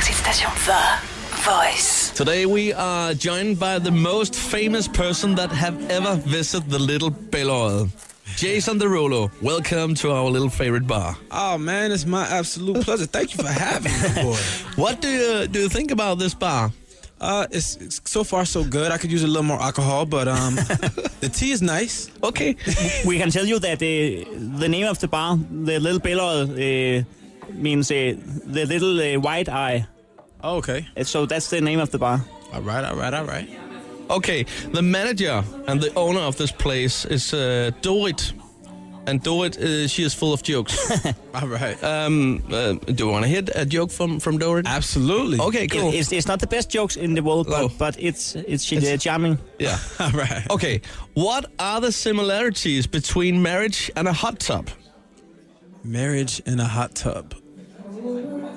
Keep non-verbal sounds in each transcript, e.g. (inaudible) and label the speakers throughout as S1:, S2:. S1: Station The Voice.
S2: Today we are joined by the most famous person that have ever visited the little Belloil. Jason Derulo, welcome to our little favorite bar.
S3: Oh man, it's my absolute pleasure. Thank you for having me, boy.
S2: What do you do you think about this bar?
S3: Uh, it's, it's so far so good. I could use a little more alcohol,
S2: (laughs)
S3: but um, the tea is nice.
S2: Okay.
S4: We can tell you that uh, the name of the bar, the Little Bellor, uh, means uh, the Little uh, White Eye.
S3: (laughs) Oh, okay.
S4: Uh, So that's the name of the bar.
S3: All right, all right, all right.
S2: Okay, the manager and the owner of this place is uh, Dorit. And Dorit, uh, she is full of jokes.
S3: All right.
S2: um, uh, do you want to hit a joke from, from Dorit?
S3: Uh, Absolutely.
S2: Okay, cool.
S4: It, it's, it's not the best jokes in the world, but,
S2: Oh.
S4: but it's it's, uh, charming.
S2: yeah.
S3: (laughs) All right.
S2: Okay, what are the similarities between marriage and a hot tub?
S3: Marriage in a hot tub.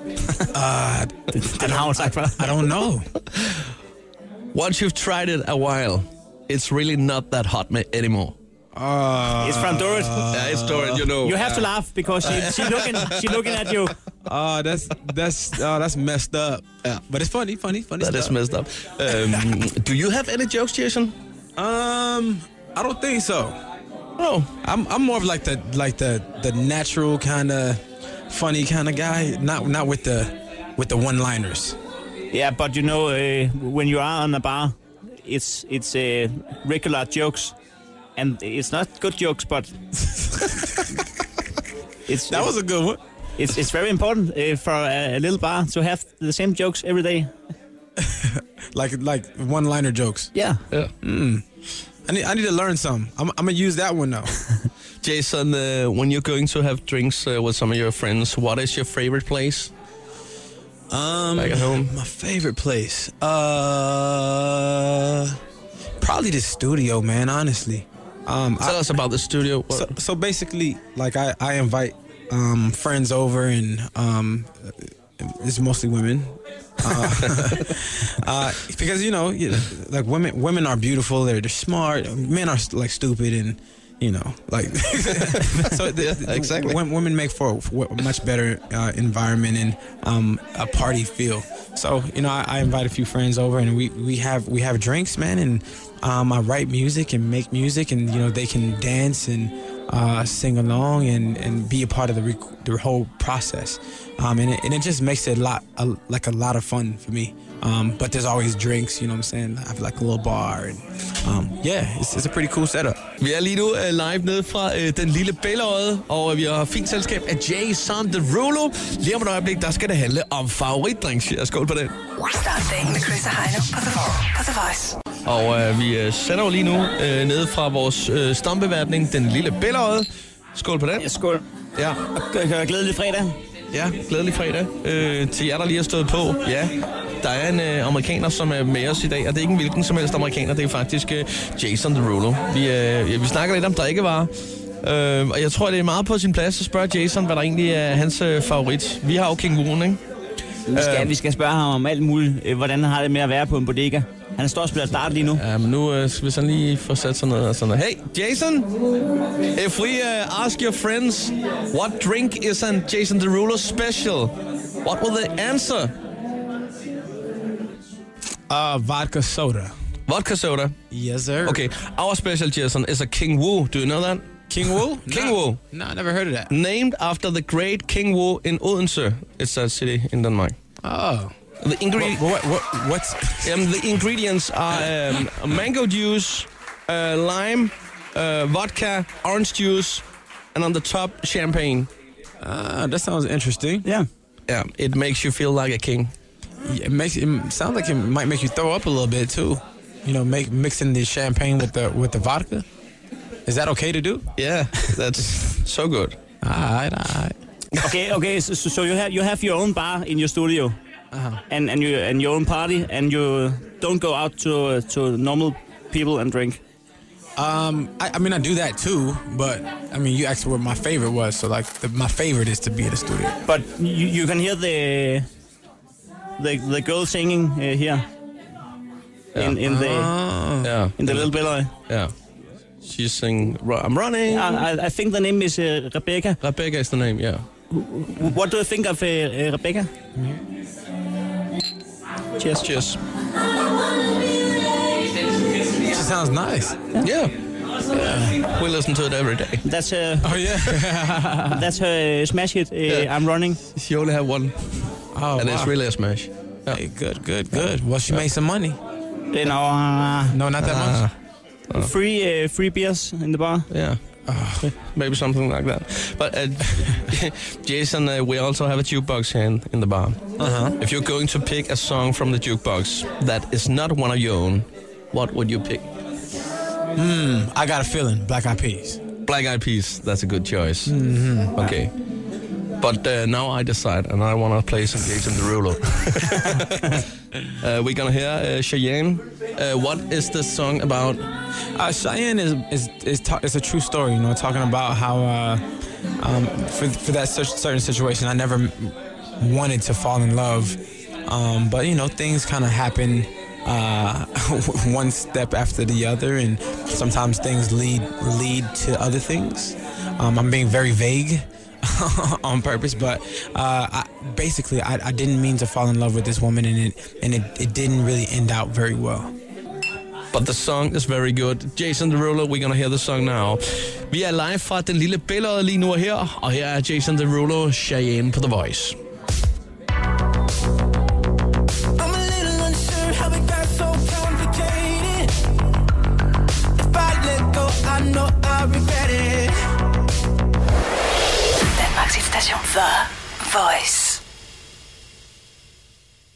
S4: (laughs) Den har hun sagt før.
S3: I don't
S2: (laughs)
S3: know.
S2: Once you've tried it a while, it's really not that hot ma- anymore.
S3: Uh,
S4: (laughs) It's from Dorit.
S2: yeah, it's Dorit, you know.
S4: You have to laugh because she, she looking she looking at you.
S3: uh, that's that's uh, that's messed up.
S2: Yeah.
S3: But it's funny, funny, funny.
S2: That is
S3: stuff.
S2: messed up. (laughs) Um, do you have any jokes, Jason?
S3: Um, I don't think so.
S2: No.
S3: I'm I'm more of like the like the the natural kind of funny kind of guy. Not not with the with the one liners.
S4: Yeah, but you know uh, when you are on a bar, it's it's uh, regular jokes, and it's not good jokes, but. (laughs) It's,
S3: That was a good one.
S4: It's, it's very important uh, for a, a little bar to have the same jokes every day.
S3: Like like one liner jokes.
S4: Yeah.
S2: Yeah.
S3: I need I need to learn some. I'm I'm gonna use that one (laughs) though.
S2: Jason, uh, when you're going to have drinks uh, with some of your friends, what is your favorite place?
S3: Um,
S2: Back at home.
S3: my favorite place. Uh, probably the studio, man. Honestly. Um, I-
S2: Tell us about the (laughs) studio.
S3: so, so basically like i, I invite um, friends over and um, it's mostly women uh, uh, because you know you- like women women are beautiful they're, they're smart men are like stupid and you know like (laughs) so the,
S2: Yeah, exactly.
S3: wo- women make for a w- much better uh, environment and um, a party feel so you know I, I invite a few friends over and we, we have we have drinks man and um, I write music and make music and you know they can dance and uh, sing along and, and be a part of the, rec- the whole process um, and, it, and it just makes it a lot a, like a lot of fun for me um, but there's always drinks you know what I'm saying I have like a little bar and um, yeah it's, it's a pretty cool setup
S2: Vi er lige nu øh, live nede fra øh, den lille Bællerøde, og vi har fint selskab af Jason Derulo. Lige om et øjeblik, der skal det handle om favoritdrinks. Ja, skål på den.
S1: Start dagen med Chris og Heino på The, på The Voice.
S2: Og øh, vi øh, sender jo lige nu øh, nede fra vores øh, stampeværtning, den lille Bællerøde. Skål på den.
S4: Ja, skål.
S2: Ja,
S4: Kan jeg glædelig fredag?
S2: ja glædelig fredag øh, til jer, der lige har stået på. Ja, der er en øh, amerikaner, som er med os i dag, og det er ikke en hvilken som helst amerikaner, det er faktisk øh, Jason Derulo. Vi, øh, ja, vi snakker lidt om drikkevarer, øh, og jeg tror, det er meget på sin plads at spørge Jason, hvad der egentlig er hans øh, favorit. Vi har jo kænguruen, ikke?
S4: Vi skal, vi skal spørge ham om alt muligt. øh, Hvordan han har det med at være på en bodega? Han står og spiller dart lige nu.
S2: Ja, men nu øh, skal vi sådan lige få sat sådan noget og sådan noget. Hey, Jason! If we uh, ask your friends, what drink is on Jason Derulo special? What will they answer?
S3: uh, vodka soda
S2: Vodka soda.
S3: yes sir
S2: Okay, our special Jason is a King Wu. Do you know that?
S3: King Wu?
S2: (laughs) King
S3: Nah.
S2: Wu.
S3: No, I never heard of that.
S2: Named after the great King Wu in Odense. It's a city in Denmark.
S3: Oh.
S2: The ingredient.
S3: What, what, what's.
S2: Um, the ingredients are um, mango juice, uh, lime, uh, vodka, orange juice, and on the top, champagne.
S3: Uh, that sounds interesting.
S4: Ja.
S2: Yeah, it makes you feel like a king.
S3: Yeah, It makes it sounds like it might make you throw up a little bit too. You know, make mixing the champagne with the with the vodka. Is that okay to do?
S2: Yeah, (laughs) that's so good.
S3: All right, all right.
S4: Okay, okay. So, so you have you have your own bar in your studio, and and you and your own party, and you don't go out to to normal people and drink.
S3: Um, I, I mean, I do that too, but I mean, you asked what my favorite was, so like the, my favorite is to be in the studio.
S4: But you, you can hear the the the girls singing uh, here in in the
S2: Yeah,
S4: in the little uh, billioy.
S2: yeah. She's singing, "Ru- I'm running.
S4: I, I- I think the name is uh, Rebecca.
S2: Rebecca is the name, yeah.
S4: What do you think of uh, uh, Rebecca? Cheers.
S2: Cheers.
S3: She sounds nice.
S2: Yeah. yeah. We listen to it every day. (laughs)
S4: That's uh,
S3: Oh yeah.
S4: that's her uh, smash hit. Uh,
S2: Yeah.
S4: I'm running.
S2: You only have one,
S3: (laughs) Oh,
S2: and
S3: wow.
S2: it's really a smash.
S3: Hey, good, good, good. Well, she made some money.
S4: You know, uh,
S3: No, not that much.
S4: free uh, free beers in the bar.
S2: Yeah. (laughs) Maybe something like that. But uh, (laughs) Jason, uh, we also have a jukebox hand in the bar. Uh-huh. If you're going to pick a song from the jukebox that is not one of your own, what would you pick?
S3: I got a feeling. Black Eyed Peas.
S2: Black Eyed Peas. That's a good choice. Mm-hmm. Okay. But uh, now I decide, and I want to play some Jason Derulo. (laughs) uh, we're gonna hear uh, Cheyenne. Uh, what is this song about?
S3: Uh, Cheyenne is is is ta- it's a true story. You know, talking about how uh, um, for for that cer- certain situation, I never m- wanted to fall in love, um, but you know, things kind of happen uh, (laughs) one step after the other, and sometimes things lead lead to other things. Um, I'm being very vague. (laughs) on purpose, but uh, I, basically, I, I didn't mean to fall in love with this woman, and it and it, it didn't really end out very well.
S2: But the song is very good. Jason Derulo, we're gonna hear the song now. Vi er live fra den lille billede lige nu og her, og her er Jason Derulo, Cheyenne på The Voice.
S5: I'm a little unsure how it got so complicated. If I let go, I know I regret it.
S1: Danmarks station The Voice.